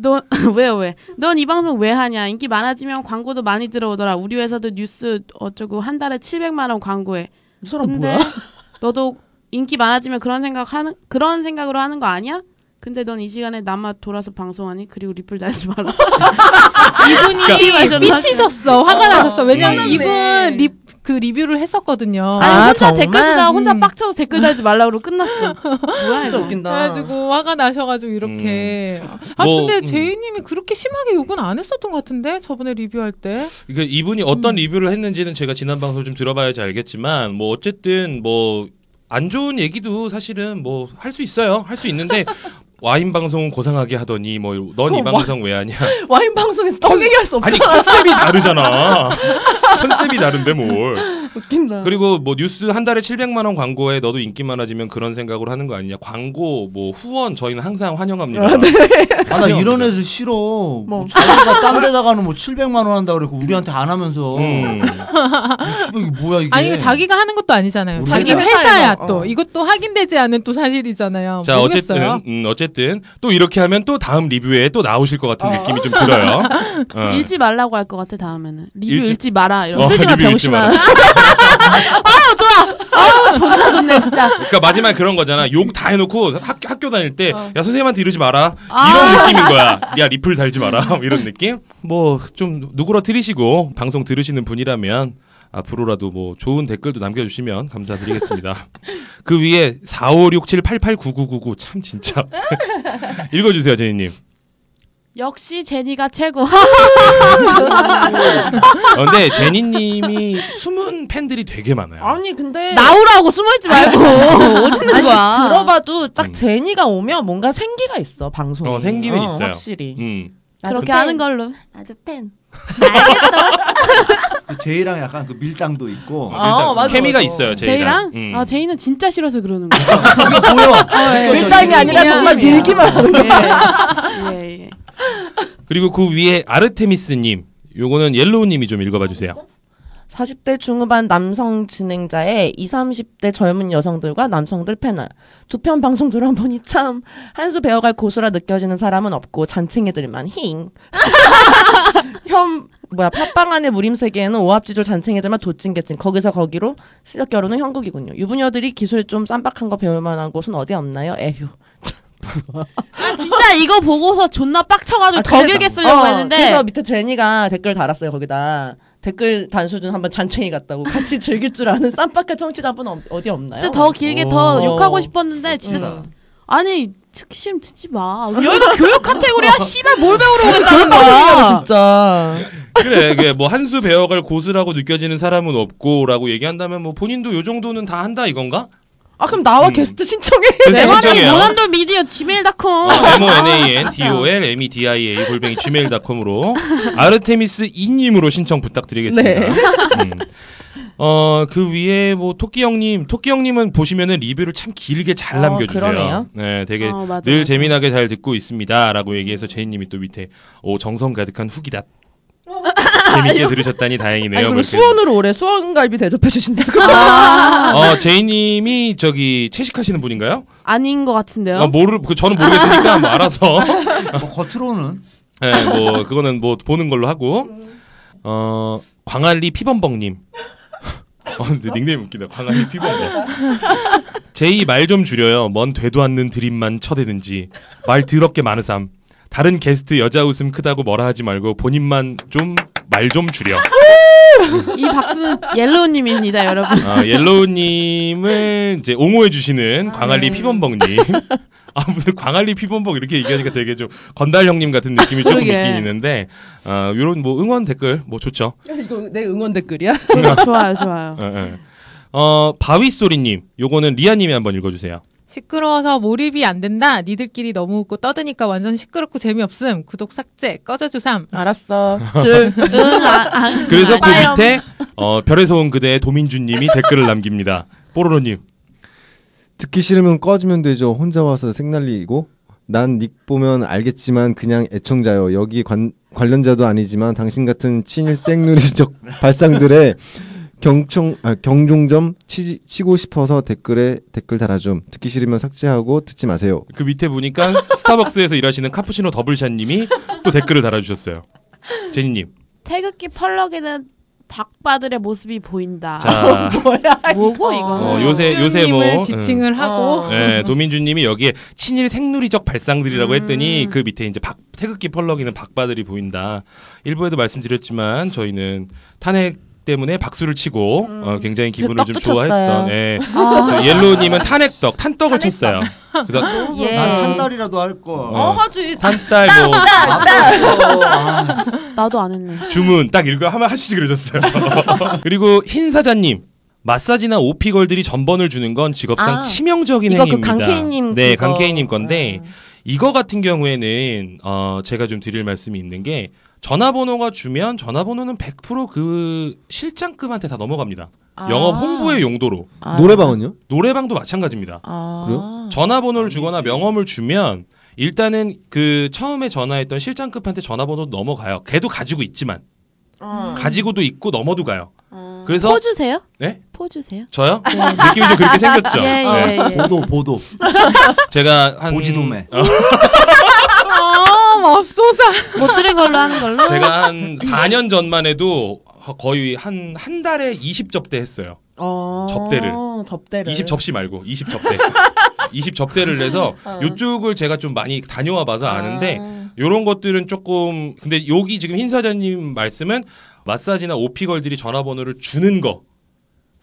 G: 너 왜 왜? 넌 이 방송 왜 하냐? 인기 많아지면 광고도 많이 들어오더라. 우리 회사도 뉴스 어쩌고 한 달에 700만 원 광고해.
B: 이 사람
G: 근데
B: 뭐야?
G: 너도 인기 많아지면 그런 생각 하는 그런 생각으로 하는 거 아니야? 근데 넌 이 시간에 남아 돌아서 방송하니? 그리고 리플 달지 말라. 아,
E: 이분이 미치셨어. 화가
B: 아,
E: 나셨어.
B: 예.
E: 왜냐면
A: 음.
E: 이분 리, 그 리뷰를 했었거든요.
G: 아니
B: 아,
G: 혼자
B: 정말?
G: 댓글 쓰다가 혼자
E: 음.
G: 빡쳐서 댓글 달지 말라고 끝났어. 뭐야
B: 진짜
G: 이거?
B: 웃긴다.
E: 그래가지고 화가 나셔가지고 이렇게. 아
A: 뭐,
E: 근데
A: 음.
E: 제이님이 그렇게 심하게 욕은 안 했었던 것 같은데 저번에 리뷰할 때.
A: 그 이분이 어떤
E: 음.
A: 리뷰를 했는지는 제가 지난 방송 좀 들어봐야지 알겠지만 뭐 어쨌든 뭐 안 좋은 얘기도 사실은 뭐 할 수 있어요. 할 수 있는데 와인 방송은 고상하게 하더니 뭐 넌 이
B: 그럼 어, 와-
A: 방송 왜 하냐.
B: 와인 방송에서 더 얘기할 수 없어.
A: 아니 컨셉이 다르잖아. 컨셉이 다른데 뭘.
B: 웃긴다.
A: 그리고 뭐 뉴스 한 달에 700만 원 광고에 너도 인기 많아지면 그런 생각으로 하는 거 아니냐. 광고 뭐 후원 저희는 항상 환영합니다.
B: 네.
H: 아 나 이런
A: 환영합니다.
H: 애들 싫어. 뭐. 자기가 딴 데다가는 뭐 700만 원 한다 그랬고 우리한테 안 하면서.
A: 음.
H: 씨발, 이게 뭐야 이게.
E: 아니 이거 자기가 하는 것도 아니잖아요.
H: 우리
E: 자기
H: 회사.
E: 회사야
B: 회사에서,
E: 또
B: 어.
E: 이것도 확인되지 않은 또 사실이잖아요.
A: 자
E: 모르겠어요.
A: 어쨌든 음, 어쨌든 또 이렇게 하면 또 다음 리뷰에 또 나오실 것 같은 느낌이 좀 들어요. 어.
G: 읽지 말라고 할 것 같아 다음에는 리뷰
A: 읽지-
G: 읽지 마라 이런.
A: 어,
G: 고
B: 쓰지 마,
A: 리뷰 읽지
B: 병신아.
A: 마라.
G: 존나 좋네 진짜.
A: 그러니까 마지막에 그런 거잖아. 욕 다 해놓고 학, 학교 다닐 때 야 선생님한테 이러지 마라 이런 느낌인 거야. 야 리플 달지 마라 이런 느낌. 뭐 좀 누구러뜨리시고 방송 들으시는 분이라면 앞으로라도 뭐 좋은 댓글도 남겨주시면 감사드리겠습니다. 그 위에 4567889999 참 진짜 읽어주세요 제이님.
G: 역시 제니가 최고.
A: 어, 근데 제니님이 숨은 팬들이 되게 많아요.
B: 아니 근데
G: 네. 나오라고 숨어있지 말고 어디 있는 거야?
B: 들어봐도 딱
A: 음.
B: 제니가 오면 뭔가 생기가 있어 방송.
A: 어, 생기는 있어요.
B: 확실히.
A: 음.
B: 나도
G: 그렇게
B: 팬.
G: 하는 걸로.
B: 나도 팬.
H: 그 제이랑 약간 그 밀당도 있고.
A: 어, 일단
B: 아, 맞아,
A: 케미가
B: 맞아.
A: 있어요 제이랑.
G: 제이랑?
A: 음.
G: 아 제이는 진짜 싫어서 그러는 거야.
H: 이거 보여. 이거
B: 밀당이
H: 저기
B: 네. 아니라 정말 밀기만 하는
G: 거야. 예, 예.
A: 그리고 그 위에 아르테미스님. 요거는 옐로우님이 좀 읽어봐 주세요.
B: 40대 중후반 남성 진행자의 20, 30대 젊은 여성들과 남성들 패널. 두 편 방송 들어보니 참, 한 수 배워갈 고수라 느껴지는 사람은 없고, 잔챙이들만 힝. 현, 뭐야, 팟빵 안의 무림세계에는 오합지졸 잔챙이들만 도찐개찐. 거기서 거기로 실력 결혼은 형국이군요. 유부녀들이 기술 좀 쌈박한 거 배울 만한 곳은 어디 없나요? 에휴.
G: 아 진짜 이거 보고서 존나 빡쳐가지고 더
B: 그래서-
G: 길게 쓰려고
B: 어,
G: 했는데
B: 그래서 밑에 제니가 댓글 달았어요, 거기다. 댓글 단수준 한번 잔챙이 같다고 같이 즐길 줄 아는 쌈박한 청취자분 없- 어디 없나요?
G: 진짜 더 길게 더
B: 어.
H: 그러니까
G: 욕하고 싶었는데 진짜
B: 음.
G: 아니 특기시험 듣지 마.
E: 여기가 교육 카테고리야? 씨발 뭘 배우러 오겠다는
B: 아,
E: 거야?
B: 진짜.
A: 그래, 그게 뭐 한 수 배워갈 고수라고 느껴지는 사람은 없고라고 얘기한다면 뭐 본인도 요 정도는 다 한다 이건가?
B: 아 그럼 나와
A: 음.
B: 게스트 신청해. 네,
A: 그래서
G: 내 말은
A: 신청해요.
G: 모난돌 미디어 지메일닷컴.
B: 아,
A: M O 아, N A N D O L M E D I A 골뱅이 gmail.com으로 아르테미스 이님으로 신청 부탁드리겠습니다.
B: 네.
A: 음. 어, 그 위에 뭐 토끼 형님, 토끼 형님은 보시면은 리뷰를 참 길게 잘
B: 어,
A: 남겨주세요.
B: 그러네요.
A: 네, 되게
G: 어, 맞아,
A: 늘
G: 맞아.
A: 재미나게 잘 듣고 있습니다라고 얘기해서 제이님이 또 밑에 오 정성 가득한 후기다. 재밌게 들으셨다니 다행이네요.
B: 아니 그리고
A: 뭐 이렇게.
B: 수원으로 오래 수원갈비 대접해 주신다고.
G: 아,
A: 어, 제이님이 저기 채식하시는 분인가요?
G: 아닌 것 같은데요.
A: 아, 모르, 그 저는 모르겠으니까 뭐 알아서.
H: 뭐 겉으로는
A: 예, 뭐 그거는 뭐 보는 걸로 하고 어 광안리 피범벅님. 어, 근데 닉네임 웃기다. 광안리 피범벅. 제이 말 좀 줄여요. 뭔 되도 않는 드립만 쳐대든지 말 더럽게 많으삼. 다른 게스트 여자 웃음 크다고 뭐라 하지 말고 본인만 좀 말 좀 줄여.
G: 이 박수는 옐로우님입니다, 여러분.
A: 아, 옐로우님을 이제 옹호해주시는 광안리
G: 네.
A: 피범벅님. 아, 무슨 광안리 피범벅 이렇게 얘기하니까 되게 좀 건달 형님 같은 느낌이 조금
G: 그러게.
A: 있긴 있는데, 아, 요런 뭐 응원 댓글, 뭐 좋죠.
B: 이거 내 응원 댓글이야.
G: 좋아요, 좋아요.
A: 예, 예. 어, 바위소리님. 요거는 리아님이 한번 읽어주세요.
E: 시끄러워서 몰입이 안 된다. 니들끼리 너무 웃고 떠드니까 완전 시끄럽고 재미없음. 구독 삭제 꺼져주삼.
B: 알았어. 즉
G: 응, 아, 아,
A: 그래서 그
G: 알아요.
A: 밑에, 어, 별에서 온 그대의 도민주님이 댓글을 남깁니다. 뽀로로님.
D: 듣기 싫으면 꺼지면 되죠. 혼자 와서 생날리고. 난 닉 보면 알겠지만 그냥 애청자요. 여기 관, 관련자도 아니지만 당신 같은 친일 생누리적 발상들의 경청 아, 경종점 치, 치고 싶어서 댓글에 댓글 달아줌. 듣기 싫으면 삭제하고 듣지 마세요.
A: 그 밑에 보니까 스타벅스에서 일하시는 카푸치노 더블샷님이 또 댓글을 달아주셨어요. 제니님.
G: 태극기 펄럭이는 박바들의 모습이 보인다.
A: 자.
G: 뭐고
A: 어,
G: 이거?
A: 요새- 요새 뭐,
E: 쭈님을 지칭을 하고
B: 어.
A: 예, 도민주님이 여기에 친일 생누리적 발상들이라고
B: 음.
A: 했더니 그 밑에 이제 박, 태극기 펄럭이는 박바들이 보인다. 일부에도 말씀드렸지만 저희는 탄핵 때문에 박수를 치고 어, 굉장히 기분을 좀
B: 음. 그 떡도
A: 좋아했던
B: 쳤어요.
A: 예. 저 옐로우님은 탄핵떡, 탄떡을 쳤어요. 그래서
B: 예.
H: 난 한 달이라도 할 거.
A: 어,
B: 하지.
A: 탄딸 뭐
G: 나도 안 했네.
A: 주문 딱 읽고 하면 하시지 그러셨어요. 그리고 흰 사자님. 마사지나 오피걸들이 전번을 주는 건 직업상
B: 아,
A: 치명적인
B: 이거 그
A: 행위입니다.
B: 강케이님
A: 네,
B: 그거. 네.
A: 강케이님 건데 이거 같은 경우에는 어 제가 좀 드릴 말씀이 있는 게 전화번호가 주면 전화번호는 100%그 실장급한테 다 넘어갑니다.
G: 아.
A: 영업 홍보의 용도로
D: 아. 노래방은요?
A: 노래방도 마찬가지입니다.
B: 아.
D: 그래요?
A: 전화번호를
G: 아,
A: 주거나
G: 네.
A: 명함을 주면 일단은 그 처음에 전화했던 실장급한테 전화번호도 넘어가요. 걔도 가지고 있지만 가지고도 있고 넘어도 가요. 그래서
G: 어. 포 주세요?
A: 네?
G: 포 주세요?
A: 저요? 음, 느낌이 좀 그렇게 생겼죠.
G: 예,
A: 네.
G: 예, 예.
H: 보도 보도
A: 제가 한 어,
H: 보지도매.
E: 아, 맙소사.
G: 못 들은 걸로 하는 걸로.
A: 제가 한 4년 전만 해도 거의 한 한 달에 20접대 했어요.
B: 어.
A: 접대를.
B: 접대를.
A: 20 접시 말고 20 접대. 20 접대를 해서
B: 어.
A: 요쪽을 제가 좀 많이 다녀와 봐서 아는데 요런 것들은 조금 근데 여기 지금 흰 사장님 말씀은 마사지나 오피걸들이 전화번호를 주는 거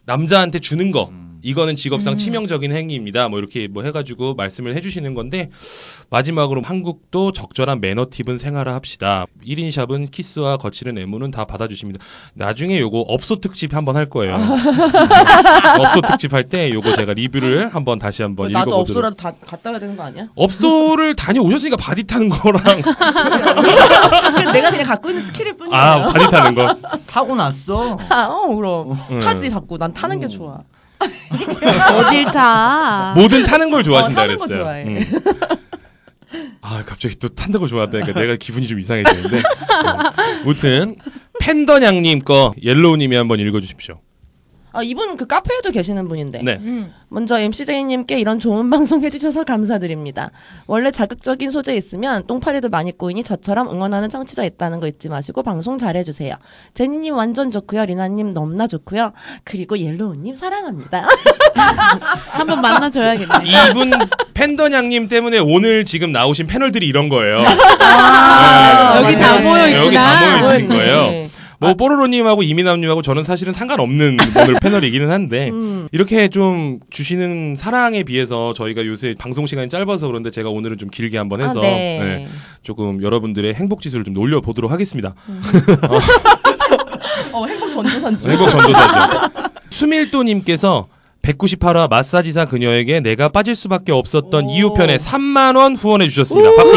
A: 남자한테 주는 거 이거는
B: 음.
A: 직업상 치명적인 행위입니다 뭐 이렇게 뭐 해가지고 말씀을 해주시는 건데 마지막으로 한국도 적절한 매너 팁은 생활화 합시다 1인 샵은 키스와 거칠은 애무는 다 받아주십니다 나중에 요거 업소 특집 한번 할 거예요 업소 특집 할 때 요거 제가 리뷰를 한번 다시 한번
B: 나도
A: 뭐 읽어보도록
B: 업소라도 다 갔다 와야 되는 거 아니야?
A: 업소를 다녀오셨으니까 바디 타는 거랑
B: 내가 아, 그냥 갖고 있는 스킬일 뿐이야.
A: 아 바디 타는 거
H: 타고 났어.
B: 아, 어, 그럼
A: 음.
B: 타지 자꾸 난 타는 게 좋아.
G: 어딜 타?
A: 뭐든 타는 걸 좋아하신다
B: 아. 어, 타는 거
A: 그랬어요.
B: 좋아해.
A: 음. 아 갑자기 또 탄다고 좋아한다니까 내가 기분이 좀 이상해지는데. 어. 무튼 팬더냥님 거 옐로우님이 한번 읽어주십시오.
B: 아 이분 그 카페에도 계시는 분인데
A: 네.
E: 음.
B: 먼저 MCJ님께 이런 좋은 방송 해주셔서 감사드립니다. 원래 자극적인 소재 있으면 똥파리도 많이 꼬이니 저처럼 응원하는 청취자 있다는 거 잊지 마시고 방송 잘해주세요. 제니님 완전 좋고요. 리나님 넘나 좋고요. 그리고 옐로우님 사랑합니다.
G: 한번 만나줘야겠네.
A: 이분 팬더냥님 때문에 오늘 지금 나오신 패널들이 이런 거예요.
E: 여기 다
B: 맞네.
E: 모여
A: 아, 여기 다
E: 있구나.
B: 네. 아,
A: 모여 있으신 거예요. 뭐 뽀로로님하고 이민아님하고 저는 사실은 상관없는 오늘 패널이기는 한데
B: 음.
A: 이렇게 좀 주시는 사랑에 비해서 저희가 요새 방송 시간이 짧아서 그런데 제가 오늘은 좀 길게 한번 해서
B: 아, 네.
A: 네, 조금 여러분들의 행복 지수를 좀 올려 보도록 하겠습니다.
I: 어, 행복 전도산주.
A: 행복 전도사죠. 수밀도님께서 198화 마사지사 그녀에게 내가 빠질 수밖에 없었던
I: 오.
A: 이유 편에 3만 원 후원해 주셨습니다. 박수.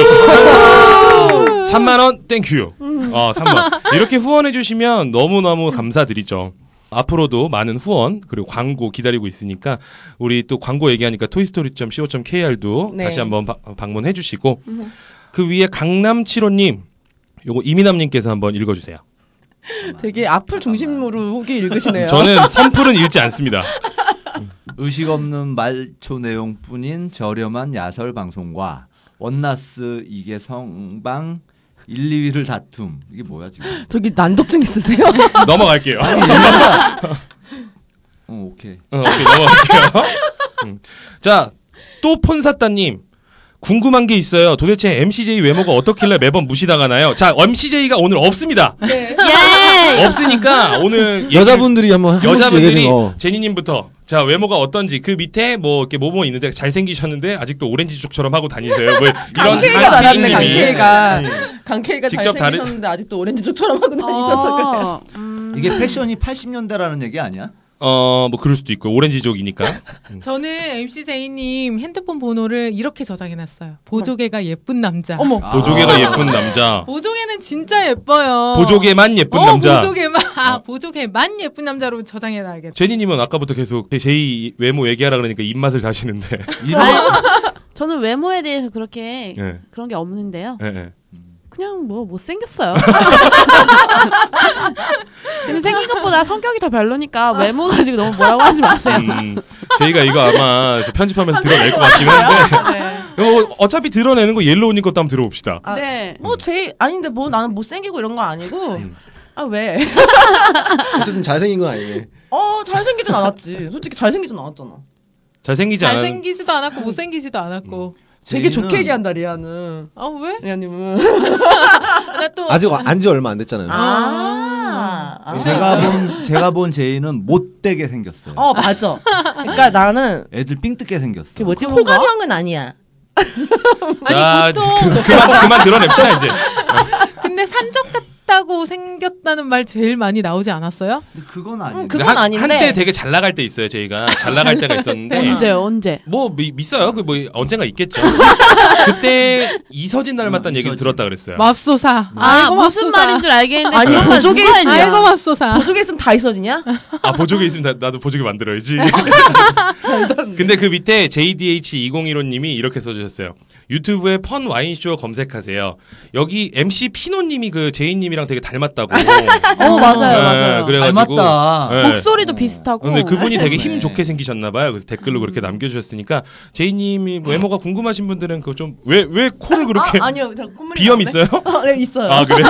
A: 3만 원 땡큐.
B: 음.
A: 어, 3만. 이렇게 후원해 주시면 너무너무 감사드리죠. 앞으로도 많은 후원 그리고 광고 기다리고 있으니까 우리 또 광고 얘기하니까 토이스토리.co.kr도
B: 네.
A: 다시 한번 바- 방문해 주시고 그 위에 강남칠호님 요거 이민남님께서 한번 읽어주세요.
B: 되게 앞을 중심으로 후기 읽으시네요.
A: 저는 선풀은 읽지 않습니다.
F: 의식 없는 말초 내용뿐인 저렴한 야설 방송과 원나스 이게 성방 1, 2위를 다툼 이게 뭐야 지금?
B: 저기 난독증 있으세요?
A: 넘어갈게요.
F: 어 오케이.
A: 어, 오케이, 넘어갈게요. 음. 자, 또 폰사따님. 궁금한 게 있어요. 도대체 MCJ 외모가 어떻길래 매번 무시당하나요? 자, MCJ가 오늘 없습니다.
G: 예!
A: 없으니까 오늘 얘기를-
D: 여자분들이 한번 한 번씩 얘기해
A: 여자분들이
D: 주세요. 어.
A: 제니님부터 자 외모가 어떤지 그 밑에 뭐 이렇게 뭐뭐 있는데 잘생기셨는데 아직도 오렌지 쪽처럼 하고 다니세요. 뭐 이런
B: 강케이가
A: 강피디님이.
B: 나갔네, 강케이가.
A: 음.
B: 강케이가
A: 직접 다른-
B: 잘생기셨는데 아직도 오렌지 쪽처럼 하고 다니셔서 그래요.
G: 어, 음.
F: 이게 패션이 80년대라는 얘기 아니야?
A: 어, 뭐 그럴 수도 있고 오렌지 쪽이니까.
E: 저는 MCJ님 핸드폰 번호를 이렇게 저장해놨어요. 보조개가 예쁜 남자.
B: 어머.
D: 아.
F: 아.
A: 보조개가 아. 예쁜 남자.
E: 보조개는 진짜 예뻐요.
A: 보조개만 예쁜
E: 어,
A: 남자. 어.
E: 보조개만 아, 보조개만 예쁜 남자로 저장해놔야겠다.
A: 제니님은 아까부터 계속 제이 외모 얘기하라 그러니까 입맛을 다시는데.
G: 저는 외모에 대해서 그렇게
A: 예,
G: 그런 게 없는데요.
A: 예, 예.
G: 그냥 뭐 못생겼어요. 근데 생긴 것보다 성격이 더 별로니까 외모 가지고 너무 뭐라고 하지 마세요.
A: 음, 제이가 이거 아마 저 편집하면서 드러낼 것 같긴
B: 아,
A: 한데.
B: 네.
A: 이거 어차피 드러내는 거 옐로우님 것도 한번 들어봅시다.
B: 아,
G: 네.
B: 뭐 제일 아닌데 뭐 나는 못생기고 이런 거 아니고 아 왜?
D: 어쨌든 잘생긴 건 아니네.
B: 어 잘생기진 않았지. 솔직히 잘생기진 않았잖아.
A: 잘생기지 않은 음.
E: 잘생기지도 않았고 못생기지도 않았고.
B: 되게
F: 제이는
B: 좋게 얘기한다 리아는.
E: 아 왜?
B: 리아님은.
E: 나 또.
D: 아직 안지 얼마 안 됐잖아요.
B: 아. 아.
F: 제가 본 제가 본 제이는 못되게 생겼어요.
B: 어 맞아. 그러니까 나는
F: 애들 삥뜯게 생겼어.
B: 그 뭐지 호감형은 아니야.
E: 아니 보통
A: 그만 그만 드러냅시다 이제.
E: 근데 산적 같다고 생겼다는 말 제일 많이 나오지 않았어요?
F: 근데 그건 아니야.
B: 음, 그건 아닌데.
A: 한때 되게 잘 나갈 때 있어요 저희가 잘 나갈 때가 있었는데
G: 언제 언제?
A: 뭐 미, 있어요 그 뭐 언젠가 있겠죠. 그때 이서진 닮았다는
F: 음,
A: 얘기를
F: 이서진.
A: 들었다 그랬어요.
E: 맙소사.
G: 아
E: 아이고,
G: 무슨
E: 맙소사.
G: 말인 줄 알겠는데
B: 아니,
G: 그런 말
B: 보조개
G: 누가
B: 있냐?
G: 했냐?
E: 아이고 맙소사.
B: 보조개 있으면 다 있어지냐?
A: 아 보조개 있으면 다- 나도 보조개 만들어야지. 근데 그 밑에 JDH2015님이 이렇게 써주셨어요. 유튜브에 펀 와인쇼 검색하세요. 여기 MC 피노님이 그 제이님이랑 되게 닮았다고.
G: 어 맞아요
A: 네,
G: 맞아요.
A: 그래가지고
F: 닮았다.
A: 네.
G: 목소리도 비슷하고. 아,
A: 근데 그분이 되게 힘
F: 그러네.
A: 좋게 생기셨나봐요. 그래서
G: 음.
A: 댓글로 그렇게 남겨주셨으니까 제이님이 외모가 궁금하신 분들은 그거 좀 왜 왜 코를 그렇게
B: 아, 아니요. 저 콧물이
A: 비염
B: 나오네.
A: 있어요?
B: 어, 네 있어요.
A: 아 그래요?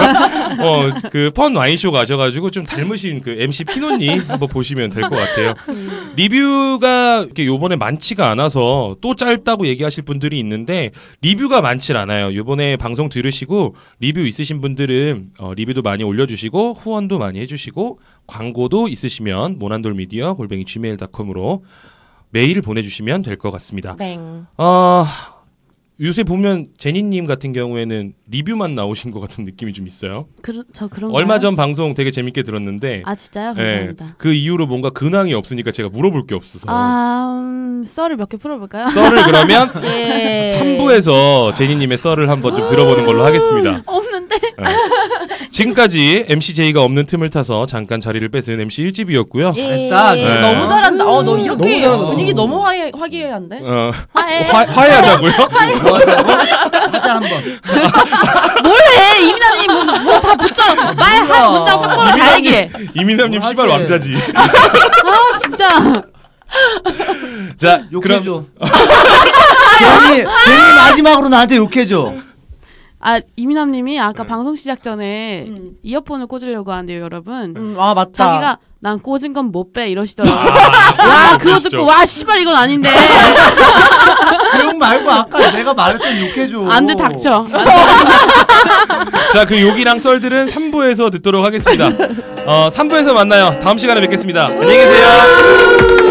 A: 어그펀 와인쇼 가셔가지고 좀 닮으신 그 MC 피노님 한번 보시면 될 것 같아요. 리뷰가 이렇게 요번에 많지가 않아서 또 짧다고 얘기하실 분들이 있는데 리뷰가 많지 않아요. 요번에 방송 들으시고 리뷰 있으신 분들은 어, 리뷰도 많이 올려주시고 후원도 많이 해주시고 광고도 있으시면 모난돌미디어 골뱅이 gmail.com으로 메일을 보내주시면 될 것 같습니다.
B: 땡.
A: 아 요새 보면 제니님 같은 경우에는 리뷰만 나오신 것 같은 느낌이 좀 있어요.
G: 그, 저 그런
A: 얼마 전 방송 되게 재밌게 들었는데
G: 아 진짜요?
A: 예,
G: 감사합니다.
A: 그 이후로 뭔가 근황이 없으니까 제가 물어볼 게 없어서
G: 아 음, 썰을 몇 개 풀어볼까요?
A: 썰을 그러면
G: 네.
B: 예.
A: 3부에서 제니님의 썰을 한번 좀 들어보는 걸로 하겠습니다.
G: 음,
A: 예.
G: 없는데.
A: 지금까지 MCJ가 없는 틈을 타서 잠깐 자리를 뺏은 MC 1집이었고요.
G: 예.
F: 잘했다.
A: 네.
B: 너무 잘한다. 어, 너 이렇게
D: 너무 잘한다.
B: 분위기 너무 화해, 화기애애한데?
A: 어,
G: 아예.
A: 화, 화해하자고요?
F: 하자 한번.
G: 뭘해 이민아님 뭐다 붙여 말한 문장 똑바로 다 얘기해.
A: 이민남님
F: 뭐
A: 씨발
F: 하지?
A: 왕자지.
G: 아 진짜.
A: 자,
F: 욕해줘.
A: 그럼
F: 제니, 제니 마지막으로 나한테 욕해줘.
G: 아 이민남님이 아까
A: 네.
G: 방송 시작 전에
I: 음.
G: 이어폰을 꽂으려고 하는데요, 여러분.
B: 음, 아 맞다.
G: 자기가 난 꽂은 건 못 빼 이러시더라고요.
A: 아,
G: 와 그거
A: 진짜.
G: 듣고 와 씨발 이건 아닌데
H: 그런 말고 아까 내가 말했던 욕해줘.
G: 안돼 닥쳐.
A: 자, 그 욕이랑 썰들은 3부에서 듣도록 하겠습니다. 어, 3부에서 만나요. 다음 시간에 뵙겠습니다. 안녕히 계세요.